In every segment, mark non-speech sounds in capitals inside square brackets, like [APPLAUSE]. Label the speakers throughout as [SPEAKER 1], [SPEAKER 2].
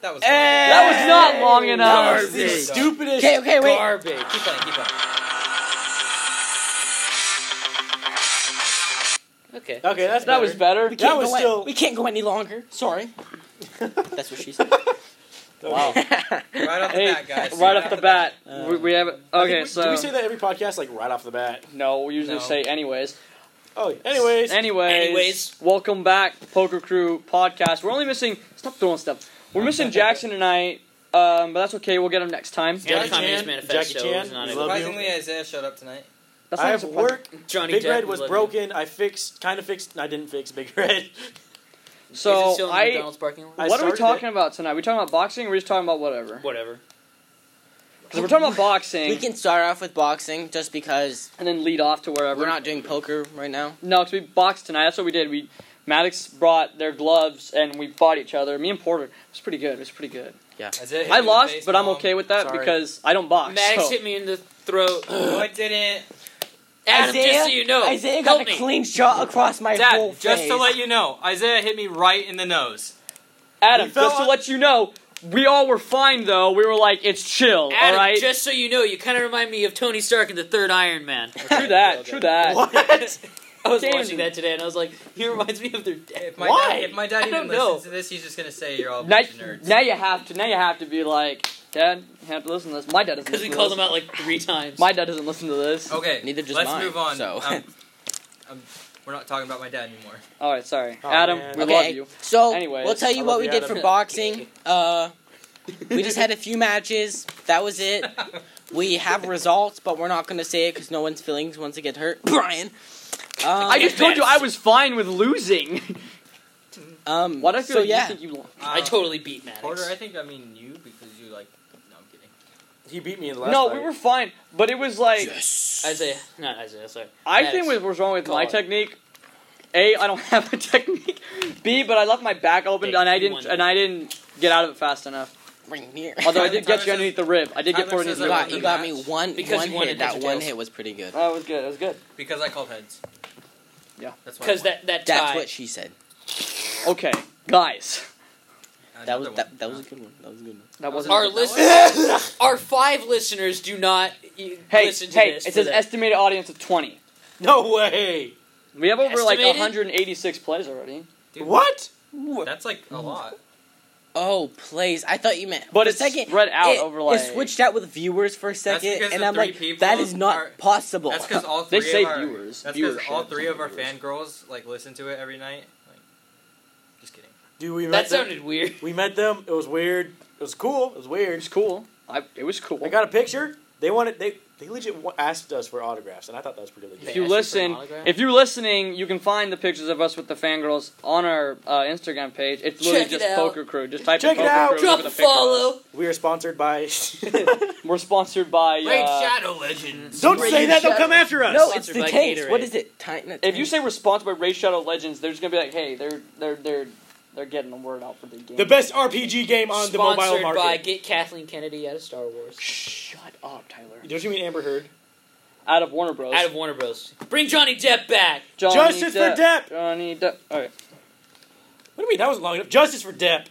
[SPEAKER 1] That was
[SPEAKER 2] That was not long
[SPEAKER 3] That
[SPEAKER 2] enough.
[SPEAKER 3] was the
[SPEAKER 1] Garbage.
[SPEAKER 3] stupidest
[SPEAKER 2] Okay, okay, wait.
[SPEAKER 3] garbage.
[SPEAKER 1] Keep playing, keep playing.
[SPEAKER 2] Okay.
[SPEAKER 3] Okay, that's
[SPEAKER 2] That was better.
[SPEAKER 3] We
[SPEAKER 2] That
[SPEAKER 3] can't-
[SPEAKER 2] was-
[SPEAKER 3] was
[SPEAKER 4] go any-
[SPEAKER 3] still-
[SPEAKER 4] we can't go any longer.
[SPEAKER 2] [LAUGHS]
[SPEAKER 4] Sorry. That's what she said.
[SPEAKER 2] Wow.
[SPEAKER 1] Right off the
[SPEAKER 2] Hey,
[SPEAKER 1] bat, guys.
[SPEAKER 2] right off the bat,
[SPEAKER 4] Uh,
[SPEAKER 2] we, we have
[SPEAKER 3] I think
[SPEAKER 2] okay.
[SPEAKER 3] we-
[SPEAKER 2] so
[SPEAKER 3] do we say that every podcast like right off the bat?
[SPEAKER 2] no, we usually
[SPEAKER 1] No.
[SPEAKER 2] say anyways.
[SPEAKER 3] Oh, anyways,
[SPEAKER 2] Anyways,
[SPEAKER 4] Anyways.
[SPEAKER 2] welcome back, Poker Crew podcast. We're only missing. Stop throwing stuff. We're missing Jackson tonight, um, but that's okay. We'll get him next time.
[SPEAKER 1] Yeah. Jackie
[SPEAKER 4] Jackie Chan,
[SPEAKER 1] Chan,
[SPEAKER 4] manifesto
[SPEAKER 3] Jackie Chan,
[SPEAKER 4] was not
[SPEAKER 3] we
[SPEAKER 4] a-
[SPEAKER 3] love you.
[SPEAKER 1] Surprisingly, Isaiah showed up tonight.
[SPEAKER 2] That's
[SPEAKER 3] I
[SPEAKER 2] not
[SPEAKER 3] have
[SPEAKER 2] surprising.
[SPEAKER 3] work.
[SPEAKER 4] Johnny
[SPEAKER 3] Big
[SPEAKER 4] Depp
[SPEAKER 3] Red
[SPEAKER 4] would
[SPEAKER 3] was
[SPEAKER 4] love
[SPEAKER 3] broken. I fixed, kind of fixed. I didn't fix Big Red. [LAUGHS]
[SPEAKER 4] you. Is it
[SPEAKER 2] So
[SPEAKER 4] still in the
[SPEAKER 2] I.
[SPEAKER 4] McDonald's parking lot?
[SPEAKER 3] I
[SPEAKER 2] What are we
[SPEAKER 3] started
[SPEAKER 2] talking
[SPEAKER 3] [LAUGHS]
[SPEAKER 2] about tonight? we talking about boxing? or we just talking about whatever?
[SPEAKER 4] Whatever.
[SPEAKER 2] Because we're talking
[SPEAKER 3] [LAUGHS]
[SPEAKER 2] about boxing
[SPEAKER 4] We can start off with boxing just because
[SPEAKER 2] and then lead off to wherever.
[SPEAKER 4] we're not doing poker right now.
[SPEAKER 2] No, because we boxed tonight. That's what we did. We Maddox brought their gloves and we fought each other. Me and Porter. It was pretty good. It was pretty good.
[SPEAKER 1] Isaiah hit
[SPEAKER 2] I
[SPEAKER 1] him in the
[SPEAKER 2] lost,
[SPEAKER 1] face
[SPEAKER 2] but I'm
[SPEAKER 1] palm.
[SPEAKER 2] okay with that
[SPEAKER 3] Sorry.
[SPEAKER 2] because I don't box.
[SPEAKER 5] Maddox
[SPEAKER 2] so-
[SPEAKER 5] hit me in the throat.
[SPEAKER 1] No, it didn't.
[SPEAKER 5] Adam,
[SPEAKER 4] Isaiah-
[SPEAKER 5] just so you know,
[SPEAKER 2] Oh,
[SPEAKER 4] Isaiah got
[SPEAKER 5] help
[SPEAKER 4] a
[SPEAKER 5] me.
[SPEAKER 4] clean shot across my whole
[SPEAKER 1] Dad,
[SPEAKER 4] face.
[SPEAKER 1] just to let you know, Isaiah hit me right in the nose.
[SPEAKER 2] Adam,
[SPEAKER 3] We fell
[SPEAKER 2] just to
[SPEAKER 3] on-
[SPEAKER 2] let you know, we all were fine though. We were like, it's chill,
[SPEAKER 5] Adam,
[SPEAKER 2] all right.
[SPEAKER 5] just so you know, you kind of remind me of Tony Stark in the third
[SPEAKER 4] [LAUGHS]
[SPEAKER 5] Iron Man.
[SPEAKER 2] True that. True that. [LAUGHS]
[SPEAKER 3] What?
[SPEAKER 5] I was
[SPEAKER 2] Damn.
[SPEAKER 5] watching that today, and I was like, he reminds me of their dad.
[SPEAKER 1] If my
[SPEAKER 3] Why?
[SPEAKER 1] Dad, if my dad
[SPEAKER 5] I
[SPEAKER 1] even
[SPEAKER 5] don't know.
[SPEAKER 1] listens to this, he's just gonna say you're all a
[SPEAKER 2] Now,
[SPEAKER 1] bunch of nerds.
[SPEAKER 2] now you have to. Now you have to be like, Dad, you have to listen to this. My dad doesn't.
[SPEAKER 5] Because we
[SPEAKER 2] Listen to
[SPEAKER 5] called
[SPEAKER 2] this.
[SPEAKER 5] him out like three times.
[SPEAKER 2] My dad doesn't listen to this.
[SPEAKER 1] okay,
[SPEAKER 4] Neither does
[SPEAKER 1] let's
[SPEAKER 4] mine,
[SPEAKER 1] move on.
[SPEAKER 4] so.
[SPEAKER 1] Um, um, we're not talking about my dad anymore.
[SPEAKER 2] All right, sorry,
[SPEAKER 3] Oh,
[SPEAKER 2] Adam.
[SPEAKER 3] man.
[SPEAKER 2] We
[SPEAKER 4] okay,
[SPEAKER 2] love you.
[SPEAKER 4] So
[SPEAKER 2] Anyways,
[SPEAKER 4] we'll tell
[SPEAKER 3] I
[SPEAKER 4] you
[SPEAKER 3] love
[SPEAKER 4] what we
[SPEAKER 3] you,
[SPEAKER 4] did
[SPEAKER 3] Adam.
[SPEAKER 4] for boxing. Uh, we
[SPEAKER 1] [LAUGHS]
[SPEAKER 4] just had a few matches. That was it.
[SPEAKER 1] Uh,
[SPEAKER 4] We have results, but we're not going to say it because no one's feelings wants to get hurt. Brian. Um,
[SPEAKER 2] I just told you I was fine with losing. [LAUGHS]
[SPEAKER 4] Um,
[SPEAKER 2] Why do I feel
[SPEAKER 4] so
[SPEAKER 2] like
[SPEAKER 4] yeah,
[SPEAKER 2] you think you lost?
[SPEAKER 5] I totally beat Maddox.
[SPEAKER 1] Uh, Porter, I think I mean you because you like. No, I'm kidding.
[SPEAKER 3] He beat me in the last.
[SPEAKER 2] no,
[SPEAKER 3] fight.
[SPEAKER 2] we were fine, but it was like
[SPEAKER 5] Isaiah, not Isaiah, sorry.
[SPEAKER 2] I
[SPEAKER 5] Maddox.
[SPEAKER 2] think what was wrong with
[SPEAKER 5] Call
[SPEAKER 2] my
[SPEAKER 5] it.
[SPEAKER 2] technique. A, I don't [LAUGHS] have a technique. B, but I left my back open
[SPEAKER 5] Hey,
[SPEAKER 2] and I
[SPEAKER 5] you
[SPEAKER 2] didn't
[SPEAKER 5] won.
[SPEAKER 2] and I didn't get out of it fast enough.
[SPEAKER 4] Right here.
[SPEAKER 2] Although I did
[SPEAKER 1] Tyler
[SPEAKER 2] get
[SPEAKER 1] says-
[SPEAKER 2] you underneath the rib. I did get
[SPEAKER 1] Tyler
[SPEAKER 2] four underneath
[SPEAKER 1] says
[SPEAKER 2] the
[SPEAKER 4] you
[SPEAKER 1] I won
[SPEAKER 4] got,
[SPEAKER 2] rib.
[SPEAKER 1] the
[SPEAKER 4] you got
[SPEAKER 1] match
[SPEAKER 4] me one
[SPEAKER 5] because
[SPEAKER 4] one
[SPEAKER 5] you wanted
[SPEAKER 4] hit.
[SPEAKER 5] to
[SPEAKER 4] That
[SPEAKER 5] touch
[SPEAKER 4] one
[SPEAKER 5] tails.
[SPEAKER 4] hit was pretty good.
[SPEAKER 2] That was good. That was good.
[SPEAKER 1] Because I called heads.
[SPEAKER 2] Yeah.
[SPEAKER 1] That's why I
[SPEAKER 5] Because
[SPEAKER 1] won.
[SPEAKER 5] that, that tie.
[SPEAKER 4] That's what she said.
[SPEAKER 2] Okay, guys,
[SPEAKER 4] That
[SPEAKER 1] Another
[SPEAKER 4] was
[SPEAKER 1] one.
[SPEAKER 4] that, that was a good one. That was a good one.
[SPEAKER 2] that wasn't.
[SPEAKER 5] our
[SPEAKER 2] that was-
[SPEAKER 5] listeners, our five listeners do not y-
[SPEAKER 2] Hey,
[SPEAKER 5] listen to
[SPEAKER 2] hey,
[SPEAKER 5] this.
[SPEAKER 2] it
[SPEAKER 5] for
[SPEAKER 2] says
[SPEAKER 5] that.
[SPEAKER 2] estimated audience of twenty.
[SPEAKER 3] no way.
[SPEAKER 2] We have over like
[SPEAKER 5] Estimated?
[SPEAKER 2] 186 plays already.
[SPEAKER 1] Dude,
[SPEAKER 3] What?
[SPEAKER 1] That's like a lot.
[SPEAKER 4] Oh, please! I thought you meant.
[SPEAKER 2] But
[SPEAKER 4] for
[SPEAKER 2] it's
[SPEAKER 4] a second,
[SPEAKER 2] spread out
[SPEAKER 4] it,
[SPEAKER 2] over, like-
[SPEAKER 4] It switched out with viewers for a second,
[SPEAKER 1] because
[SPEAKER 4] and
[SPEAKER 1] the
[SPEAKER 4] I'm
[SPEAKER 1] three
[SPEAKER 4] like,
[SPEAKER 1] people
[SPEAKER 4] that is not
[SPEAKER 1] are-
[SPEAKER 4] possible.
[SPEAKER 1] That's because all
[SPEAKER 2] They
[SPEAKER 1] three
[SPEAKER 2] say
[SPEAKER 1] of our
[SPEAKER 2] viewers.
[SPEAKER 1] that's because all
[SPEAKER 2] viewership,
[SPEAKER 1] three of our
[SPEAKER 2] viewers.
[SPEAKER 1] fangirls like listen to it every night. Like, just kidding.
[SPEAKER 3] Dude, we met
[SPEAKER 5] that
[SPEAKER 3] them.
[SPEAKER 5] sounded weird.
[SPEAKER 3] We met them. It was weird. It was cool. It was
[SPEAKER 2] It
[SPEAKER 3] weird.
[SPEAKER 2] was cool. I, it was cool.
[SPEAKER 3] I got a picture. They wanted. They they legit wa- asked us for autographs, and I thought that was pretty legit.
[SPEAKER 2] if you
[SPEAKER 5] They asked you for an
[SPEAKER 2] listen,
[SPEAKER 5] autograph?
[SPEAKER 2] if you're listening, you can find the pictures of us with the fangirls on our uh, Instagram page. It's literally
[SPEAKER 5] Check it
[SPEAKER 2] just
[SPEAKER 5] out.
[SPEAKER 2] Poker Crew. Just type
[SPEAKER 3] Check
[SPEAKER 2] in
[SPEAKER 3] it
[SPEAKER 2] Poker
[SPEAKER 3] out.
[SPEAKER 2] Crew.
[SPEAKER 5] Drop
[SPEAKER 2] look
[SPEAKER 5] a
[SPEAKER 2] at the picture of us.
[SPEAKER 5] follow.
[SPEAKER 3] We are
[SPEAKER 2] [LAUGHS]
[SPEAKER 3] sponsored by. [LAUGHS]
[SPEAKER 2] We're sponsored by.
[SPEAKER 5] Great
[SPEAKER 2] Uh,
[SPEAKER 5] Shadow Legends.
[SPEAKER 3] Don't
[SPEAKER 5] Great
[SPEAKER 3] say that. They'll
[SPEAKER 5] Shadow-
[SPEAKER 3] come after us.
[SPEAKER 4] no, it's
[SPEAKER 5] sponsored
[SPEAKER 4] the
[SPEAKER 5] by
[SPEAKER 4] case. What
[SPEAKER 5] Gatorade.
[SPEAKER 4] is it? Titan,
[SPEAKER 2] if you say we're sponsored by Raid Shadow Legends, they're just gonna be like, hey, they're they're they're they're getting the word out for the game.
[SPEAKER 3] The best RPG game on the mobile
[SPEAKER 5] Sponsored
[SPEAKER 3] market.
[SPEAKER 5] by Get Kathleen Kennedy out of Star Wars.
[SPEAKER 2] Shut up, Tyler.
[SPEAKER 3] Don't you mean Amber Heard?
[SPEAKER 2] Out of Warner Bros.
[SPEAKER 5] Out of Warner Bros. Bring Johnny Depp back.
[SPEAKER 2] Johnny
[SPEAKER 3] Justice for Depp.
[SPEAKER 2] Johnny Depp. All right.
[SPEAKER 3] What do you mean? That was long enough. Justice for Depp.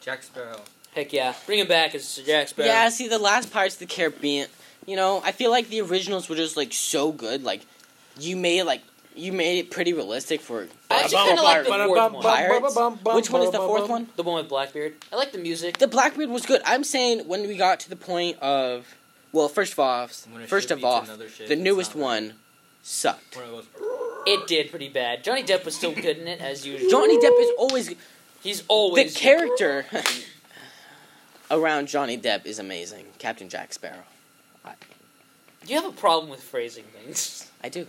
[SPEAKER 1] Jack Sparrow.
[SPEAKER 5] Heck yeah, bring him back as Sir Jack Sparrow.
[SPEAKER 4] yeah, see, the last Pirates of the Caribbean. You know, I feel like the originals were just like so good. Like, you made like you made it pretty realistic for.
[SPEAKER 5] I actually kind of like the fourth one.
[SPEAKER 4] Pirates? Which one is the fourth one?
[SPEAKER 5] The one with Blackbeard. I like the music.
[SPEAKER 4] The Blackbeard was good. I'm saying when we got to the point of, well, first of all,
[SPEAKER 1] When a
[SPEAKER 4] first
[SPEAKER 1] ship
[SPEAKER 4] of
[SPEAKER 1] eats
[SPEAKER 4] all,
[SPEAKER 1] another ship,
[SPEAKER 4] the
[SPEAKER 1] it's
[SPEAKER 4] newest
[SPEAKER 1] not right.
[SPEAKER 4] one sucked.
[SPEAKER 1] One of those. [LAUGHS]
[SPEAKER 5] It did pretty bad. Johnny Depp was still good in
[SPEAKER 4] [LAUGHS]
[SPEAKER 5] it as usual.
[SPEAKER 4] Johnny Depp is always
[SPEAKER 5] He's always
[SPEAKER 4] the character [LAUGHS] around Johnny Depp is amazing. Captain Jack Sparrow.
[SPEAKER 5] You have a problem with phrasing
[SPEAKER 4] [LAUGHS]
[SPEAKER 5] things.
[SPEAKER 4] I do.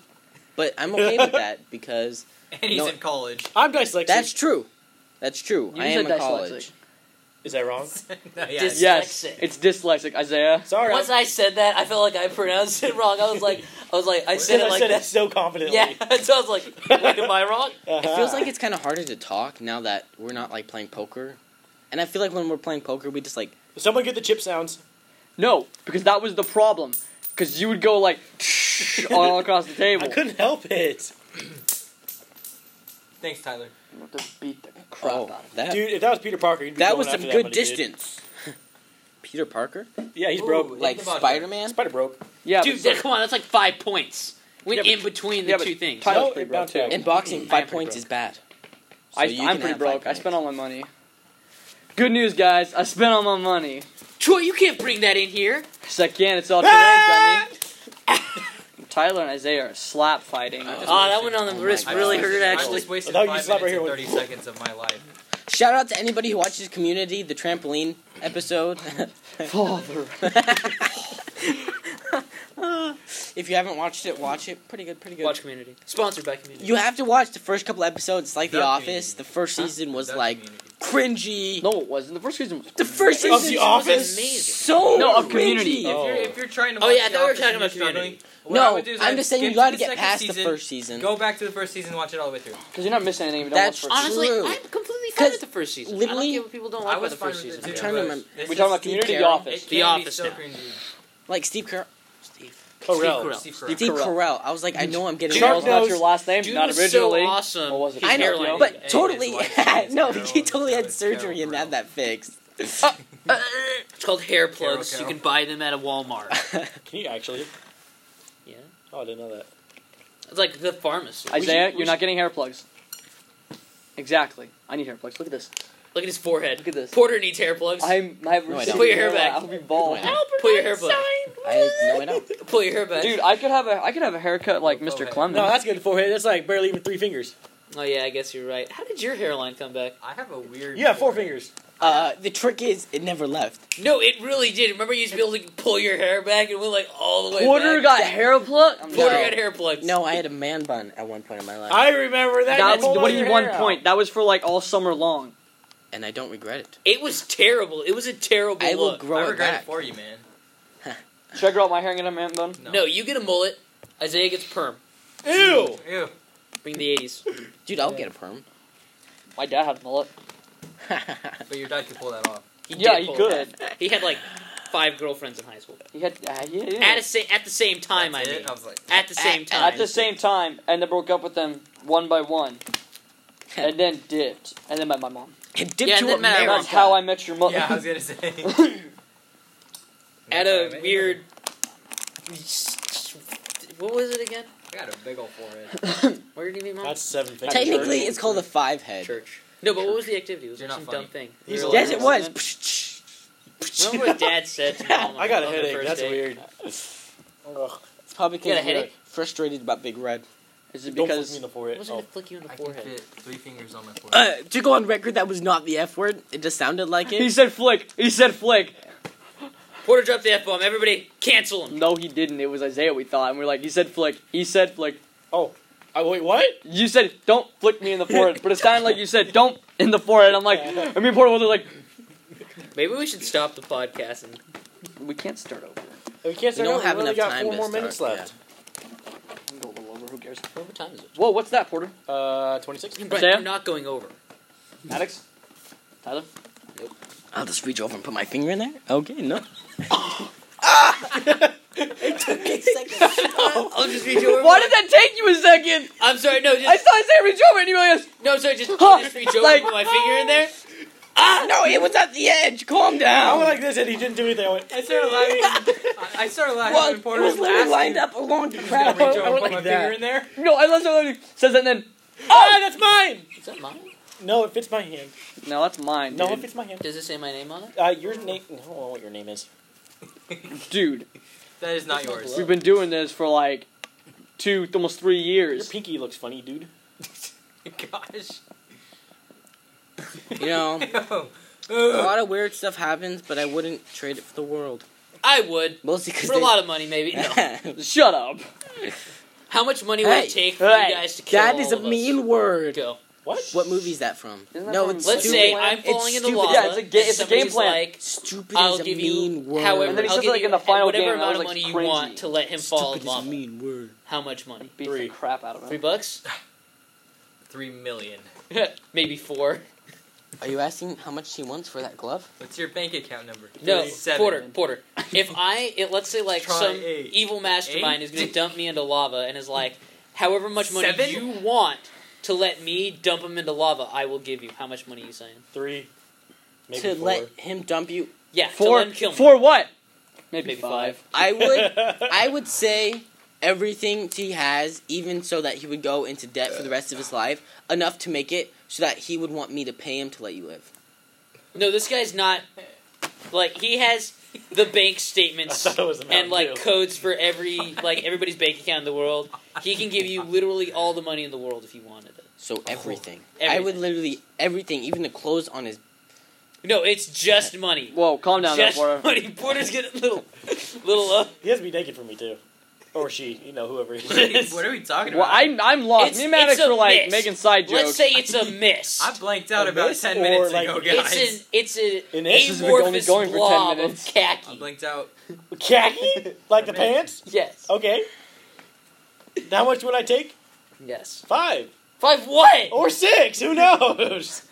[SPEAKER 4] But I'm okay with that because
[SPEAKER 1] And he's
[SPEAKER 4] No.
[SPEAKER 1] in college. [LAUGHS]
[SPEAKER 3] I'm dyslexic.
[SPEAKER 4] that's true. That's true.
[SPEAKER 2] You
[SPEAKER 4] I
[SPEAKER 2] said
[SPEAKER 4] am in
[SPEAKER 2] dyslexic.
[SPEAKER 4] college.
[SPEAKER 3] is that wrong?
[SPEAKER 1] No, yeah,
[SPEAKER 5] Dis-
[SPEAKER 2] Yes,
[SPEAKER 5] Dyslexic.
[SPEAKER 2] it's dyslexic, Isaiah.
[SPEAKER 3] Sorry.
[SPEAKER 5] Once I said that, I felt like I pronounced it wrong. I was like, I was like, I
[SPEAKER 3] [LAUGHS]
[SPEAKER 5] said
[SPEAKER 3] I
[SPEAKER 5] it like
[SPEAKER 3] said it
[SPEAKER 5] that.
[SPEAKER 3] so confidently. Uh-huh.
[SPEAKER 5] Yeah, [LAUGHS] so I was like, wait, am I
[SPEAKER 4] [LAUGHS]
[SPEAKER 5] wrong?
[SPEAKER 4] It feels
[SPEAKER 3] [LAUGHS]
[SPEAKER 4] like it's kind of harder to talk now that we're not like playing poker. And I feel like when we're playing poker, we just like
[SPEAKER 3] Someone get the chip sounds.
[SPEAKER 2] No, because that was the problem. Because you would go
[SPEAKER 3] [LAUGHS]
[SPEAKER 2] like all across the table.
[SPEAKER 3] I couldn't help it.
[SPEAKER 1] Thanks, Tyler.
[SPEAKER 2] I'm about to beat the crap
[SPEAKER 4] Oh,
[SPEAKER 2] out of
[SPEAKER 4] that,
[SPEAKER 3] Dude, if that was Peter Parker, he'd be
[SPEAKER 4] that
[SPEAKER 3] going
[SPEAKER 4] was some
[SPEAKER 3] after that
[SPEAKER 4] good
[SPEAKER 3] money, dude.
[SPEAKER 4] distance. [LAUGHS] Peter Parker?
[SPEAKER 3] Yeah, he's
[SPEAKER 1] Ooh,
[SPEAKER 3] broke.
[SPEAKER 1] Think
[SPEAKER 4] Like
[SPEAKER 1] about it.
[SPEAKER 4] Spider Man?
[SPEAKER 3] Spider broke.
[SPEAKER 2] Yeah,
[SPEAKER 5] Dude,
[SPEAKER 2] but-
[SPEAKER 5] that- come on, that's like five points. Went
[SPEAKER 3] Yeah,
[SPEAKER 5] in between the
[SPEAKER 2] yeah, but
[SPEAKER 5] two things.
[SPEAKER 2] Tyler's
[SPEAKER 3] No,
[SPEAKER 2] pretty
[SPEAKER 3] it
[SPEAKER 2] broke
[SPEAKER 3] bounced
[SPEAKER 2] too.
[SPEAKER 3] back.
[SPEAKER 4] In boxing,
[SPEAKER 5] I am
[SPEAKER 4] five
[SPEAKER 5] pretty
[SPEAKER 4] points
[SPEAKER 5] broke.
[SPEAKER 4] is bad.
[SPEAKER 2] I,
[SPEAKER 4] So you
[SPEAKER 2] I'm
[SPEAKER 4] can
[SPEAKER 2] pretty
[SPEAKER 4] have five
[SPEAKER 2] broke. I
[SPEAKER 4] points.
[SPEAKER 2] spent all my money. Good news, guys. I spent all my money.
[SPEAKER 5] Troy, you can't bring that in here.
[SPEAKER 2] Yes, I can. It's all
[SPEAKER 3] Ah!
[SPEAKER 2] today, dummy. Tyler and Isaiah are slap fighting.
[SPEAKER 1] I just
[SPEAKER 6] Ah, that
[SPEAKER 1] wasted-
[SPEAKER 6] one on the
[SPEAKER 4] Oh
[SPEAKER 6] wrist
[SPEAKER 4] my
[SPEAKER 6] really
[SPEAKER 4] God.
[SPEAKER 6] hurt,
[SPEAKER 1] I
[SPEAKER 6] actually.
[SPEAKER 1] just wasted
[SPEAKER 3] Now you
[SPEAKER 1] five minutes
[SPEAKER 3] slap right
[SPEAKER 1] and
[SPEAKER 3] here
[SPEAKER 1] 30 seconds of my life.
[SPEAKER 4] Shout out to anybody who watches Community, the trampoline episode. [LAUGHS]
[SPEAKER 2] Father.
[SPEAKER 4] if you haven't watched it, watch it. Pretty good, pretty good.
[SPEAKER 5] Watch Community. Sponsored by Community.
[SPEAKER 4] You have to watch the first couple episodes. It's like
[SPEAKER 1] The
[SPEAKER 4] The Office.
[SPEAKER 1] Community.
[SPEAKER 4] The first season was
[SPEAKER 1] That
[SPEAKER 4] like
[SPEAKER 1] community.
[SPEAKER 4] cringy.
[SPEAKER 2] No, it wasn't. The first season was.
[SPEAKER 4] The first
[SPEAKER 3] Of
[SPEAKER 4] season
[SPEAKER 3] the
[SPEAKER 4] was
[SPEAKER 3] office.
[SPEAKER 5] amazing.
[SPEAKER 4] so
[SPEAKER 2] No, of
[SPEAKER 4] cringy.
[SPEAKER 2] Community.
[SPEAKER 1] If,
[SPEAKER 3] Oh.
[SPEAKER 1] you're, if you're trying to
[SPEAKER 5] Oh,
[SPEAKER 1] watch
[SPEAKER 5] yeah, I
[SPEAKER 1] The
[SPEAKER 5] thought we were
[SPEAKER 1] Office
[SPEAKER 5] talking
[SPEAKER 1] and you're
[SPEAKER 5] about
[SPEAKER 1] struggling,
[SPEAKER 5] Community.
[SPEAKER 1] what I
[SPEAKER 4] No,
[SPEAKER 1] would do is
[SPEAKER 4] I'm
[SPEAKER 1] I'd
[SPEAKER 4] just saying
[SPEAKER 1] skip
[SPEAKER 4] you gotta
[SPEAKER 1] the
[SPEAKER 4] get
[SPEAKER 1] second
[SPEAKER 4] past the
[SPEAKER 1] season,
[SPEAKER 4] first season.
[SPEAKER 1] Go back to the first season and watch it all the way through.
[SPEAKER 2] Because you're not missing anything. If you don't
[SPEAKER 4] That's
[SPEAKER 2] watch the first
[SPEAKER 4] honest-
[SPEAKER 5] Honestly,
[SPEAKER 4] True.
[SPEAKER 5] I'm completely fine with the first season. I
[SPEAKER 4] literally-
[SPEAKER 5] don't get what people don't
[SPEAKER 1] I
[SPEAKER 5] like about
[SPEAKER 1] was
[SPEAKER 5] the
[SPEAKER 1] fine
[SPEAKER 5] first
[SPEAKER 1] with it
[SPEAKER 5] season.
[SPEAKER 1] too,
[SPEAKER 4] I'm trying
[SPEAKER 1] but
[SPEAKER 4] to remember.
[SPEAKER 1] it's
[SPEAKER 2] We're talking
[SPEAKER 1] just-
[SPEAKER 2] about
[SPEAKER 4] Steve
[SPEAKER 2] Community, The
[SPEAKER 1] It
[SPEAKER 4] Carell.
[SPEAKER 2] Office.
[SPEAKER 1] can
[SPEAKER 5] The
[SPEAKER 1] be
[SPEAKER 5] Office
[SPEAKER 1] so
[SPEAKER 5] now.
[SPEAKER 1] cringy.
[SPEAKER 4] Like Steve Carell.
[SPEAKER 3] Correll.
[SPEAKER 5] Steve
[SPEAKER 1] Steve Carell.
[SPEAKER 5] Carell.
[SPEAKER 4] Steve
[SPEAKER 2] Carell.
[SPEAKER 4] Carell. I was like, I know I'm getting
[SPEAKER 2] Carell's
[SPEAKER 3] Shark
[SPEAKER 4] wrong.
[SPEAKER 2] not
[SPEAKER 3] knows-
[SPEAKER 2] your last name,
[SPEAKER 5] Dude
[SPEAKER 2] not
[SPEAKER 5] was
[SPEAKER 2] originally.
[SPEAKER 5] so awesome.
[SPEAKER 2] What was it?
[SPEAKER 5] His
[SPEAKER 4] I know,
[SPEAKER 5] hairline.
[SPEAKER 1] Hey,
[SPEAKER 4] but
[SPEAKER 1] his
[SPEAKER 4] totally,
[SPEAKER 1] wife is Carol
[SPEAKER 4] no, he totally [LAUGHS] had
[SPEAKER 1] Carol
[SPEAKER 4] surgery and
[SPEAKER 1] Carol.
[SPEAKER 4] had that fixed.
[SPEAKER 5] uh, it's called hair plugs.
[SPEAKER 1] Carol.
[SPEAKER 5] You can buy them at a Walmart. [LAUGHS]
[SPEAKER 3] Can you actually?
[SPEAKER 5] yeah,
[SPEAKER 3] Oh, I didn't know that.
[SPEAKER 5] it's like the pharmacy.
[SPEAKER 2] Isaiah,
[SPEAKER 5] We should- we
[SPEAKER 2] you're not getting hair plugs. Exactly. I need hair plugs. Look at this.
[SPEAKER 5] should- Look at his forehead.
[SPEAKER 2] Look at this.
[SPEAKER 5] Porter needs hair plugs.
[SPEAKER 2] I'm. I have
[SPEAKER 4] No, I
[SPEAKER 2] receding
[SPEAKER 5] don't. Put your hair
[SPEAKER 2] hairline.
[SPEAKER 5] back.
[SPEAKER 2] I'll be bald.
[SPEAKER 4] No, I
[SPEAKER 5] Pull your hair back.
[SPEAKER 4] I no, I don't.
[SPEAKER 5] [LAUGHS] Pull your hair back.
[SPEAKER 2] Dude, I could have a. I could have a haircut like
[SPEAKER 1] Oh,
[SPEAKER 2] Mr.
[SPEAKER 1] okay.
[SPEAKER 2] Clemens.
[SPEAKER 3] No, that's good forehead. That's like barely even three fingers.
[SPEAKER 5] Oh yeah, I guess you're right. How did your hairline come back?
[SPEAKER 1] I have a weird.
[SPEAKER 3] You have four
[SPEAKER 1] forehead.
[SPEAKER 3] fingers.
[SPEAKER 4] Uh, the trick is, it never left.
[SPEAKER 5] No, it really did. Remember, you used to be able to pull your hair back and went like all the way.
[SPEAKER 2] Porter
[SPEAKER 5] back?
[SPEAKER 2] got hair plug. I'm
[SPEAKER 5] Porter
[SPEAKER 2] sorry.
[SPEAKER 5] got hair plugs.
[SPEAKER 4] No, I had a man bun at one point in my life,
[SPEAKER 3] I remember that.
[SPEAKER 2] That's
[SPEAKER 3] Pull
[SPEAKER 2] what do you
[SPEAKER 3] your
[SPEAKER 2] one
[SPEAKER 3] hair out.
[SPEAKER 2] point? That was for like all summer long.
[SPEAKER 4] and I don't regret it.
[SPEAKER 5] it was terrible. It was a terrible
[SPEAKER 4] I will
[SPEAKER 5] look.
[SPEAKER 4] grow
[SPEAKER 1] I
[SPEAKER 4] it
[SPEAKER 1] regret it
[SPEAKER 4] back.
[SPEAKER 1] for you, man.
[SPEAKER 2] Should I grow out my hair and get a man bun?
[SPEAKER 5] no, you get a mullet. Isaiah gets perm.
[SPEAKER 3] Ew.
[SPEAKER 1] Ew.
[SPEAKER 5] Bring the '80s.
[SPEAKER 4] Dude, I'll get a perm.
[SPEAKER 2] My dad had a mullet.
[SPEAKER 1] But your dad could pull that off.
[SPEAKER 5] He
[SPEAKER 2] yeah,
[SPEAKER 5] did
[SPEAKER 2] he
[SPEAKER 4] [LAUGHS]
[SPEAKER 5] pull
[SPEAKER 2] could.
[SPEAKER 5] that. He had like five girlfriends in high school
[SPEAKER 2] He had. Uh, yeah, yeah.
[SPEAKER 5] at a sa- at the same time.
[SPEAKER 1] That's
[SPEAKER 5] I
[SPEAKER 1] it?
[SPEAKER 5] mean,
[SPEAKER 1] I was like,
[SPEAKER 5] at the
[SPEAKER 4] At-
[SPEAKER 5] same
[SPEAKER 4] at
[SPEAKER 5] time.
[SPEAKER 2] At the same time, and then broke up with them one by
[SPEAKER 5] [LAUGHS]
[SPEAKER 2] one, and then dipped, and then met my mom.
[SPEAKER 4] It dipped
[SPEAKER 5] Yeah,
[SPEAKER 4] to
[SPEAKER 5] and then
[SPEAKER 4] a
[SPEAKER 5] Matt
[SPEAKER 4] man
[SPEAKER 2] That's
[SPEAKER 5] Ron
[SPEAKER 2] how
[SPEAKER 4] bun.
[SPEAKER 2] I met your mother.
[SPEAKER 1] yeah, I was gonna say. [LAUGHS]
[SPEAKER 5] at a weird. What was it again?
[SPEAKER 1] I got a big old forehead.
[SPEAKER 5] Where did he meet mom?
[SPEAKER 3] That's seven fingers.
[SPEAKER 4] Technically, it's called a five
[SPEAKER 2] [LAUGHS]
[SPEAKER 4] head.
[SPEAKER 5] church. No, but what was the activity? It was
[SPEAKER 1] You're
[SPEAKER 5] some
[SPEAKER 1] not funny.
[SPEAKER 5] dumb thing.
[SPEAKER 3] He's
[SPEAKER 5] We were
[SPEAKER 4] Yes,
[SPEAKER 5] like-
[SPEAKER 4] it was.
[SPEAKER 5] Remember what Dad
[SPEAKER 4] [LAUGHS]
[SPEAKER 5] said to Mom? on
[SPEAKER 3] I got a
[SPEAKER 5] the
[SPEAKER 3] headache.
[SPEAKER 5] first
[SPEAKER 3] That's
[SPEAKER 5] date?
[SPEAKER 3] weird.
[SPEAKER 4] It's probably
[SPEAKER 5] You
[SPEAKER 4] because
[SPEAKER 5] got a
[SPEAKER 4] you're
[SPEAKER 5] headache?
[SPEAKER 4] frustrated about Big Red.
[SPEAKER 2] Is it
[SPEAKER 3] Don't flick me
[SPEAKER 2] because
[SPEAKER 3] in the
[SPEAKER 5] I
[SPEAKER 3] forehead.
[SPEAKER 5] wasn't
[SPEAKER 3] Oh.
[SPEAKER 5] gonna flick you in the
[SPEAKER 1] I can
[SPEAKER 5] forehead.
[SPEAKER 1] fit three fingers on my forehead.
[SPEAKER 4] Uh, to go on record, that was not the F word. It just sounded like
[SPEAKER 2] he
[SPEAKER 4] it.
[SPEAKER 2] said flick? He said flick.
[SPEAKER 5] Porter dropped the F bomb. Everybody, cancel him.
[SPEAKER 2] No, he didn't. It was Isaiah. We thought, and we are like, he said flick. He said flick.
[SPEAKER 3] oh. I, wait, what?
[SPEAKER 2] You said don't flick me in the forehead, but it sounded like you said don't in the forehead. I'm like, [LAUGHS] I mean, Porter was like,
[SPEAKER 5] Maybe we should stop the podcast and
[SPEAKER 2] we can't start over.
[SPEAKER 3] We can't
[SPEAKER 4] We
[SPEAKER 3] start
[SPEAKER 4] don't
[SPEAKER 3] over.
[SPEAKER 4] have
[SPEAKER 3] We only
[SPEAKER 4] enough
[SPEAKER 3] got
[SPEAKER 4] time
[SPEAKER 3] four
[SPEAKER 4] to
[SPEAKER 3] more
[SPEAKER 4] start,
[SPEAKER 3] minutes left.
[SPEAKER 2] I'm going over. Who cares?
[SPEAKER 5] what time is it?
[SPEAKER 2] Whoa, what's that, Porter?
[SPEAKER 3] Uh, 26?
[SPEAKER 5] Brett,
[SPEAKER 2] Sam?
[SPEAKER 5] you're not going over.
[SPEAKER 2] Maddox? Tyler?
[SPEAKER 4] I'll just reach over and put my finger in there. Okay, no. [LAUGHS] it took me a [LAUGHS] second.
[SPEAKER 5] I'll just reach over.
[SPEAKER 2] Why did that take you a second?
[SPEAKER 5] I'm sorry. No,
[SPEAKER 2] I
[SPEAKER 5] just
[SPEAKER 2] saw Isaiah reach over and you realized,
[SPEAKER 5] no. Sorry, [LAUGHS] just, just reach over.
[SPEAKER 2] Like-
[SPEAKER 5] and put my finger in there.
[SPEAKER 4] Ah, no, it was at the edge. Calm
[SPEAKER 3] I
[SPEAKER 4] down.
[SPEAKER 3] went like this and he didn't do anything. [LAUGHS] I went,
[SPEAKER 1] I started laughing. I- I started laughing
[SPEAKER 4] Well,
[SPEAKER 1] when
[SPEAKER 4] it
[SPEAKER 1] Porter
[SPEAKER 4] was literally
[SPEAKER 1] asking
[SPEAKER 4] lined up along the
[SPEAKER 1] if I
[SPEAKER 4] crowd.
[SPEAKER 1] could reach over
[SPEAKER 4] I
[SPEAKER 1] and
[SPEAKER 4] went
[SPEAKER 1] put
[SPEAKER 4] like
[SPEAKER 1] my finger
[SPEAKER 4] that.
[SPEAKER 1] in there.
[SPEAKER 2] no, I left somebody says that and then,
[SPEAKER 3] ah, that's mine!
[SPEAKER 5] Is that mine?
[SPEAKER 3] No, it fits my hand.
[SPEAKER 2] no, that's mine.
[SPEAKER 3] No, it
[SPEAKER 2] dude.
[SPEAKER 3] fits my hand.
[SPEAKER 5] Does it say my name on it?
[SPEAKER 3] Uh, your name. I don't know what your name is.
[SPEAKER 2] dude,
[SPEAKER 1] [LAUGHS] That is not
[SPEAKER 2] [LAUGHS]
[SPEAKER 1] yours.
[SPEAKER 2] we've been doing this for like two, almost three
[SPEAKER 3] Your
[SPEAKER 2] years.
[SPEAKER 3] pinky looks funny, dude.
[SPEAKER 5] [LAUGHS]
[SPEAKER 1] Gosh. [LAUGHS]
[SPEAKER 4] You know, a
[SPEAKER 1] Ugh.
[SPEAKER 4] lot of weird stuff happens, but I wouldn't trade it for the world.
[SPEAKER 5] I would
[SPEAKER 4] Mostly because [LAUGHS]
[SPEAKER 5] for a lot of money, [LAUGHS] maybe. No.
[SPEAKER 2] Shut up.
[SPEAKER 5] How much money would
[SPEAKER 4] Hey,
[SPEAKER 5] it take for
[SPEAKER 2] hey,
[SPEAKER 5] you guys to kill
[SPEAKER 4] that
[SPEAKER 5] all
[SPEAKER 4] is a
[SPEAKER 5] of us?
[SPEAKER 4] mean word.
[SPEAKER 5] Go.
[SPEAKER 3] What?
[SPEAKER 4] What movie is that from?
[SPEAKER 2] Isn't that
[SPEAKER 4] no,
[SPEAKER 2] from-
[SPEAKER 4] it's
[SPEAKER 5] Let's
[SPEAKER 4] stupid.
[SPEAKER 5] say I'm
[SPEAKER 4] It's
[SPEAKER 5] falling in the
[SPEAKER 4] stupid.
[SPEAKER 5] lava.
[SPEAKER 2] Yeah, it's a ga-
[SPEAKER 5] and
[SPEAKER 2] it's a game
[SPEAKER 5] somebody's
[SPEAKER 2] plan.
[SPEAKER 5] Like,
[SPEAKER 4] Stupid
[SPEAKER 5] I'll
[SPEAKER 4] is a
[SPEAKER 5] give
[SPEAKER 4] mean
[SPEAKER 5] you
[SPEAKER 4] word.
[SPEAKER 5] however
[SPEAKER 2] And then he
[SPEAKER 5] I'll
[SPEAKER 2] says,
[SPEAKER 5] give
[SPEAKER 2] like,
[SPEAKER 5] you
[SPEAKER 2] in the final
[SPEAKER 5] whatever
[SPEAKER 2] game, that
[SPEAKER 5] amount
[SPEAKER 2] was,
[SPEAKER 5] of
[SPEAKER 2] like,
[SPEAKER 5] money you
[SPEAKER 2] cringy.
[SPEAKER 5] want to let him fall in
[SPEAKER 4] stupid is a
[SPEAKER 5] lava.
[SPEAKER 4] mean word.
[SPEAKER 5] How much money?
[SPEAKER 2] Beat
[SPEAKER 3] Three.
[SPEAKER 2] the crap out of
[SPEAKER 5] Three
[SPEAKER 2] him.
[SPEAKER 5] bucks?
[SPEAKER 1] [LAUGHS] Three million.
[SPEAKER 5] Maybe four.
[SPEAKER 4] Are you asking how much he wants for that glove?
[SPEAKER 1] What's your bank account number?
[SPEAKER 5] No,
[SPEAKER 1] Seven.
[SPEAKER 5] Porter, Porter. If I, it, let's say, like
[SPEAKER 1] Try
[SPEAKER 5] some
[SPEAKER 1] eight.
[SPEAKER 5] evil mastermind
[SPEAKER 1] Eight?
[SPEAKER 5] is going to dump me into lava and is like, however much money
[SPEAKER 1] Seven?
[SPEAKER 5] you want, to let me dump him into lava, I will give you. How much money are you saying?
[SPEAKER 3] Three, maybe
[SPEAKER 4] to
[SPEAKER 3] four.
[SPEAKER 4] let him dump you.
[SPEAKER 5] Yeah, to
[SPEAKER 2] For
[SPEAKER 5] let him kill me.
[SPEAKER 2] for what? Maybe,
[SPEAKER 5] Maybe
[SPEAKER 2] five.
[SPEAKER 5] five.
[SPEAKER 4] I
[SPEAKER 3] [LAUGHS]
[SPEAKER 4] would I would say everything he has, even so that he would go into debt for the rest of his life, enough to make it so that he would want me to pay him to let you live.
[SPEAKER 5] No, this guy's not. Like he has the
[SPEAKER 3] [LAUGHS]
[SPEAKER 5] bank
[SPEAKER 3] I
[SPEAKER 5] statements
[SPEAKER 3] thought it was an
[SPEAKER 5] and like
[SPEAKER 3] Mountain Dew.
[SPEAKER 5] codes for every like everybody's bank account in the world. He can give you literally all the money in the world if you wanted it.
[SPEAKER 4] So everything. I
[SPEAKER 5] Everything.
[SPEAKER 4] would literally everything, even the clothes on his
[SPEAKER 5] No, it's just money.
[SPEAKER 2] Whoa, calm down, there,
[SPEAKER 5] Just
[SPEAKER 2] Porter.
[SPEAKER 5] money. Porter's getting a little, little. Uh,
[SPEAKER 3] he has to be naked for me too, or she, you know, whoever. He is.
[SPEAKER 1] [LAUGHS] [LAUGHS]
[SPEAKER 5] It's-
[SPEAKER 1] what are we talking
[SPEAKER 2] Well,
[SPEAKER 1] about?
[SPEAKER 2] I'm I'm lost.
[SPEAKER 5] It's-
[SPEAKER 2] Me and Maddox
[SPEAKER 5] it's a
[SPEAKER 2] were like
[SPEAKER 5] miss.
[SPEAKER 2] making side jokes.
[SPEAKER 5] let's say it's a miss.
[SPEAKER 1] I blanked out
[SPEAKER 3] A
[SPEAKER 1] about
[SPEAKER 3] miss
[SPEAKER 1] ten
[SPEAKER 3] or,
[SPEAKER 1] minutes
[SPEAKER 3] like,
[SPEAKER 1] ago, guys.
[SPEAKER 5] It's an it's a
[SPEAKER 3] An
[SPEAKER 2] This is only
[SPEAKER 5] amorphous
[SPEAKER 2] going for 10
[SPEAKER 5] blob of
[SPEAKER 2] minutes.
[SPEAKER 1] I
[SPEAKER 5] khaki.
[SPEAKER 1] blanked out.
[SPEAKER 3] Khaki, like the pants.
[SPEAKER 5] yes,
[SPEAKER 3] Okay. How much would I take?
[SPEAKER 5] yes.
[SPEAKER 3] Five
[SPEAKER 5] Five what?
[SPEAKER 3] or six? Who knows?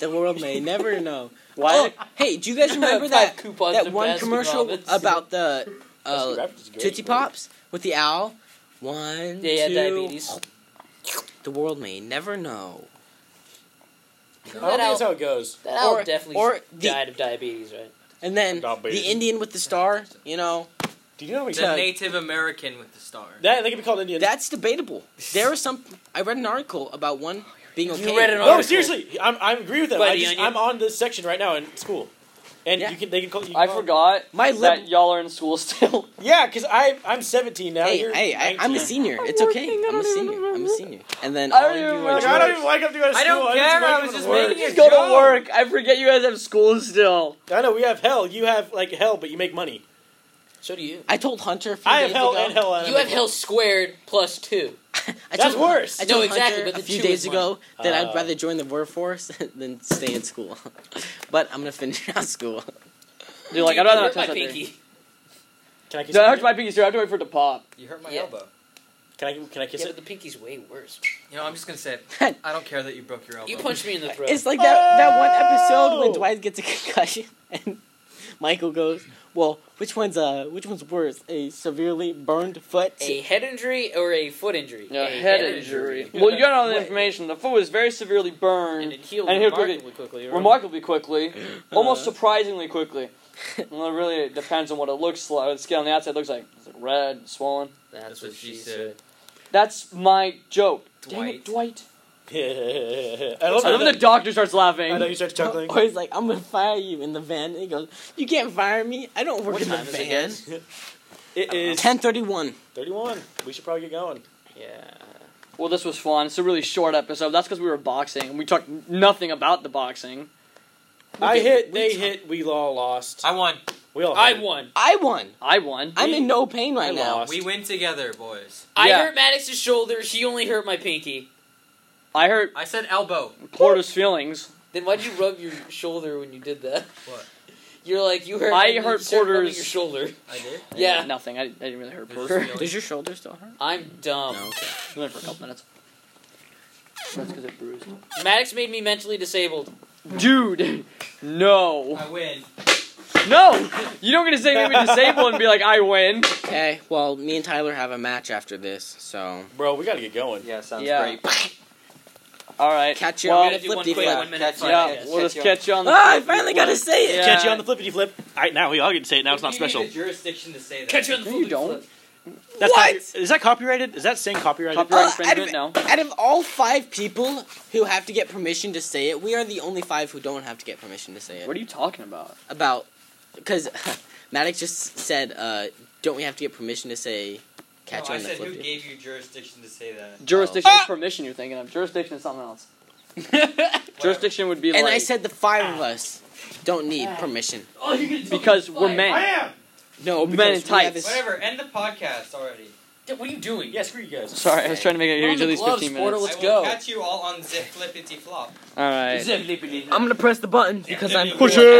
[SPEAKER 4] the world may never know.
[SPEAKER 2] Why?
[SPEAKER 4] Oh, hey, do you
[SPEAKER 5] [LAUGHS]
[SPEAKER 4] guys remember that
[SPEAKER 5] Five coupons
[SPEAKER 4] that
[SPEAKER 5] to
[SPEAKER 4] one
[SPEAKER 5] Baskin
[SPEAKER 4] commercial
[SPEAKER 5] Robbins.
[SPEAKER 4] about the [LAUGHS]
[SPEAKER 3] Baskin
[SPEAKER 4] uh,
[SPEAKER 3] Robbins is great,
[SPEAKER 4] Tootsie
[SPEAKER 3] man.
[SPEAKER 4] Pops with the owl? One,
[SPEAKER 5] [LAUGHS] Yeah, yeah,
[SPEAKER 4] two.
[SPEAKER 5] diabetes.
[SPEAKER 4] The world may never know.
[SPEAKER 3] I don't think that's how it goes.
[SPEAKER 5] That owl
[SPEAKER 4] Or-
[SPEAKER 5] definitely
[SPEAKER 4] or the-
[SPEAKER 5] died of diabetes, right?
[SPEAKER 4] And then
[SPEAKER 3] Diabetes.
[SPEAKER 4] the Indian with the star, you know,
[SPEAKER 3] Do you know how many?
[SPEAKER 1] The
[SPEAKER 4] Tug.
[SPEAKER 1] Native American with the star.
[SPEAKER 3] That they could be called Indian.
[SPEAKER 4] that's debatable. There was some. I read an article about one being okay.
[SPEAKER 5] read an
[SPEAKER 3] no,
[SPEAKER 5] article.
[SPEAKER 3] seriously, I'm I'm agree with them.
[SPEAKER 5] By
[SPEAKER 3] I
[SPEAKER 5] the
[SPEAKER 3] just,
[SPEAKER 5] Onion.
[SPEAKER 3] I'm on this section right now in school, and
[SPEAKER 4] Yeah.
[SPEAKER 3] you can they can call. You can
[SPEAKER 2] I
[SPEAKER 3] call-
[SPEAKER 2] forgot
[SPEAKER 4] My
[SPEAKER 2] that
[SPEAKER 4] lip-
[SPEAKER 2] y'all are in school [LAUGHS] still.
[SPEAKER 3] Yeah, because I I'm 17 now.
[SPEAKER 4] Hey,
[SPEAKER 3] you're
[SPEAKER 4] hey, I, I'm a
[SPEAKER 3] 19.
[SPEAKER 4] senior.
[SPEAKER 2] I'm
[SPEAKER 4] It's okay.
[SPEAKER 2] working, I
[SPEAKER 4] I'm a
[SPEAKER 2] don't even
[SPEAKER 4] senior. I'm a
[SPEAKER 2] remember.
[SPEAKER 4] senior. And then
[SPEAKER 2] I
[SPEAKER 4] all of
[SPEAKER 2] don't
[SPEAKER 4] you
[SPEAKER 2] even
[SPEAKER 4] are
[SPEAKER 3] Like,
[SPEAKER 2] remember.
[SPEAKER 3] I don't
[SPEAKER 4] jokes.
[SPEAKER 3] even wake up to go to school.
[SPEAKER 1] I don't
[SPEAKER 3] just
[SPEAKER 1] care,
[SPEAKER 3] wake
[SPEAKER 1] I
[SPEAKER 3] up
[SPEAKER 1] was
[SPEAKER 3] to
[SPEAKER 1] just
[SPEAKER 3] work.
[SPEAKER 1] making
[SPEAKER 2] You
[SPEAKER 1] Good
[SPEAKER 2] go to
[SPEAKER 1] job.
[SPEAKER 2] work. I forget you guys have school still.
[SPEAKER 3] I know we have hell. You have like hell, but you make money.
[SPEAKER 5] So do you.
[SPEAKER 4] I told Hunter. A few
[SPEAKER 3] I have
[SPEAKER 4] days
[SPEAKER 3] hell
[SPEAKER 4] ago,
[SPEAKER 3] and [LAUGHS] hell. and I
[SPEAKER 5] You have
[SPEAKER 3] make
[SPEAKER 5] hell squared plus two.
[SPEAKER 4] [LAUGHS] I
[SPEAKER 3] That's
[SPEAKER 4] told-
[SPEAKER 3] worse.
[SPEAKER 4] I told
[SPEAKER 5] No, exactly,
[SPEAKER 4] Hunter
[SPEAKER 5] but
[SPEAKER 4] a
[SPEAKER 5] the
[SPEAKER 4] few
[SPEAKER 5] two
[SPEAKER 4] days
[SPEAKER 5] is
[SPEAKER 4] ago that
[SPEAKER 3] Ah.
[SPEAKER 4] I'd rather join the workforce [LAUGHS] than stay in school. [LAUGHS] but I'm gonna finish [LAUGHS] out school.
[SPEAKER 2] Dude, like I'd rather not
[SPEAKER 5] Dude, you hurt my
[SPEAKER 2] touch that thing.
[SPEAKER 5] pinky.
[SPEAKER 3] money. Can I kiss?
[SPEAKER 2] Dude, I hurt
[SPEAKER 3] you?
[SPEAKER 2] my pinky too. I have to wait for it to pop.
[SPEAKER 1] You hurt my
[SPEAKER 5] Yeah.
[SPEAKER 1] elbow.
[SPEAKER 3] Can I can I kiss
[SPEAKER 5] Yeah,
[SPEAKER 3] it?
[SPEAKER 5] but the pinky's way worse.
[SPEAKER 1] You know, I'm just gonna say, it. I don't care that you broke your elbow.
[SPEAKER 5] You punched me in
[SPEAKER 4] [LAUGHS]
[SPEAKER 5] the throat.
[SPEAKER 4] It's like that, that one episode
[SPEAKER 3] Oh!
[SPEAKER 4] when Dwight gets a concussion [LAUGHS] and Michael goes, "Well, which one's uh, which one's worse? A severely burned foot?
[SPEAKER 5] a head injury or a foot injury?
[SPEAKER 2] Yeah,
[SPEAKER 5] a
[SPEAKER 2] head
[SPEAKER 1] injury.
[SPEAKER 2] Well, you got all the
[SPEAKER 5] Wait.
[SPEAKER 2] information. The foot was very severely
[SPEAKER 5] And
[SPEAKER 2] burned,
[SPEAKER 5] it healed
[SPEAKER 2] And healed quickly.
[SPEAKER 5] remarkably quickly. right?
[SPEAKER 2] remarkably
[SPEAKER 3] [LAUGHS]
[SPEAKER 2] quickly, almost surprisingly quickly. well, it really depends on what it looks like. The skin on the outside looks like it's like red, swollen.
[SPEAKER 5] That's what she said.
[SPEAKER 2] That's my joke. Dang
[SPEAKER 1] Dwight.
[SPEAKER 2] it, Dwight.
[SPEAKER 3] [LAUGHS] I love
[SPEAKER 2] I love when
[SPEAKER 3] that.
[SPEAKER 2] the doctor starts laughing.
[SPEAKER 3] I know you start chuckling.
[SPEAKER 4] Or he's like, I'm gonna fire you in the van. And he goes, You can't fire me. I don't work
[SPEAKER 5] What
[SPEAKER 4] in the
[SPEAKER 5] time is it,
[SPEAKER 4] van.
[SPEAKER 5] guys?
[SPEAKER 3] It is
[SPEAKER 4] 10:31.
[SPEAKER 3] 31. We should probably get going.
[SPEAKER 5] Yeah.
[SPEAKER 2] Well, this was fun. It's a really short episode. That's because we were boxing, and we talked nothing about the boxing.
[SPEAKER 3] I
[SPEAKER 4] Okay,
[SPEAKER 3] hit.
[SPEAKER 4] we
[SPEAKER 3] They
[SPEAKER 4] talk-
[SPEAKER 3] hit. We all lost.
[SPEAKER 1] I won.
[SPEAKER 3] We all.
[SPEAKER 5] I
[SPEAKER 3] hit.
[SPEAKER 5] won.
[SPEAKER 4] I won.
[SPEAKER 2] I won.
[SPEAKER 4] I'm in no pain right
[SPEAKER 3] I
[SPEAKER 4] now.
[SPEAKER 3] lost.
[SPEAKER 1] We win together, boys.
[SPEAKER 5] I
[SPEAKER 2] Yeah.
[SPEAKER 5] hurt Maddox's shoulder. She only hurt my pinky.
[SPEAKER 2] I hurt
[SPEAKER 1] I said elbow.
[SPEAKER 2] Porter's feelings.
[SPEAKER 5] Then why'd you rub your shoulder when you did that?
[SPEAKER 1] What?
[SPEAKER 5] You're like you hurt.
[SPEAKER 2] I
[SPEAKER 5] and then you
[SPEAKER 2] hurt
[SPEAKER 5] started rubbing
[SPEAKER 2] Porter's-
[SPEAKER 5] your shoulder.
[SPEAKER 1] I did.
[SPEAKER 2] I
[SPEAKER 5] Yeah.
[SPEAKER 2] did Nothing. I, I didn't really hurt
[SPEAKER 1] It was
[SPEAKER 2] Porter. [LAUGHS]
[SPEAKER 1] just
[SPEAKER 4] Does your shoulder still hurt?
[SPEAKER 5] I'm dumb.
[SPEAKER 4] No. Okay.
[SPEAKER 2] It went for a couple minutes. That's because it bruised.
[SPEAKER 5] Maddox made me mentally disabled.
[SPEAKER 2] Dude, no.
[SPEAKER 1] I win.
[SPEAKER 2] No! You don't get to say maybe disabled and be like, I win.
[SPEAKER 4] Okay, well, me and Tyler have a match after this, so.
[SPEAKER 3] Bro, we gotta get going.
[SPEAKER 1] Yeah, sounds
[SPEAKER 2] Yeah. [LAUGHS] Alright.
[SPEAKER 4] Catch you
[SPEAKER 2] well,
[SPEAKER 4] on the
[SPEAKER 5] We're gonna do one
[SPEAKER 4] flippity
[SPEAKER 5] quick
[SPEAKER 4] flap.
[SPEAKER 5] one minute.
[SPEAKER 1] Catch
[SPEAKER 5] fight,
[SPEAKER 2] Yeah,
[SPEAKER 5] yes.
[SPEAKER 2] we'll just catch you on the.
[SPEAKER 4] [LAUGHS] Ah, I finally gotta say it!
[SPEAKER 2] Yeah.
[SPEAKER 3] Catch you on the flippity flip. All right, now we all get to say it. Now it's not
[SPEAKER 1] You
[SPEAKER 3] special.
[SPEAKER 1] need a jurisdiction to say that.
[SPEAKER 5] Catch you on the
[SPEAKER 2] No,
[SPEAKER 5] flip.
[SPEAKER 2] you don't.
[SPEAKER 3] That's
[SPEAKER 4] What?
[SPEAKER 3] copy- is that copyrighted? Is that saying
[SPEAKER 2] [LAUGHS]
[SPEAKER 3] copyrighted?
[SPEAKER 2] Copyright
[SPEAKER 4] Uh, out, of,
[SPEAKER 2] infringement? No.
[SPEAKER 4] out of all five people who have to get permission to say it, we are the only five who don't have to get permission to say it.
[SPEAKER 2] What are you talking about?
[SPEAKER 4] About. Because [LAUGHS] Maddox just said, uh, don't we have to get permission to say catch
[SPEAKER 1] no, I
[SPEAKER 4] you on the
[SPEAKER 1] said who
[SPEAKER 4] flippity
[SPEAKER 1] gave you jurisdiction to say that?
[SPEAKER 2] Jurisdiction is
[SPEAKER 4] Ah!
[SPEAKER 2] permission you're thinking of. Jurisdiction is
[SPEAKER 4] [LAUGHS]
[SPEAKER 2] something else. Jurisdiction would be
[SPEAKER 4] And
[SPEAKER 2] like. ah.
[SPEAKER 4] I said the five of us don't need permission.
[SPEAKER 5] Oh, you're gonna tell
[SPEAKER 2] Because
[SPEAKER 5] me
[SPEAKER 2] we're
[SPEAKER 5] to
[SPEAKER 2] men.
[SPEAKER 3] am.
[SPEAKER 4] No,
[SPEAKER 2] Men
[SPEAKER 4] because
[SPEAKER 2] in
[SPEAKER 4] we have
[SPEAKER 2] tights.
[SPEAKER 4] this-
[SPEAKER 1] Whatever. End the podcast already.
[SPEAKER 5] fight. What are you doing?
[SPEAKER 3] Yeah, screw you guys.
[SPEAKER 2] Sorry, I was trying to make it
[SPEAKER 5] Put
[SPEAKER 2] here
[SPEAKER 5] on the
[SPEAKER 2] at least
[SPEAKER 5] gloves,
[SPEAKER 2] 15
[SPEAKER 5] Porter,
[SPEAKER 2] minutes.
[SPEAKER 5] Let's
[SPEAKER 1] I will
[SPEAKER 5] go.
[SPEAKER 1] Catch you all on zip flippity flop.
[SPEAKER 2] Alright.
[SPEAKER 5] Zip, lip, lip, lip.
[SPEAKER 4] I'm gonna press the button because I'm
[SPEAKER 1] Push
[SPEAKER 4] it.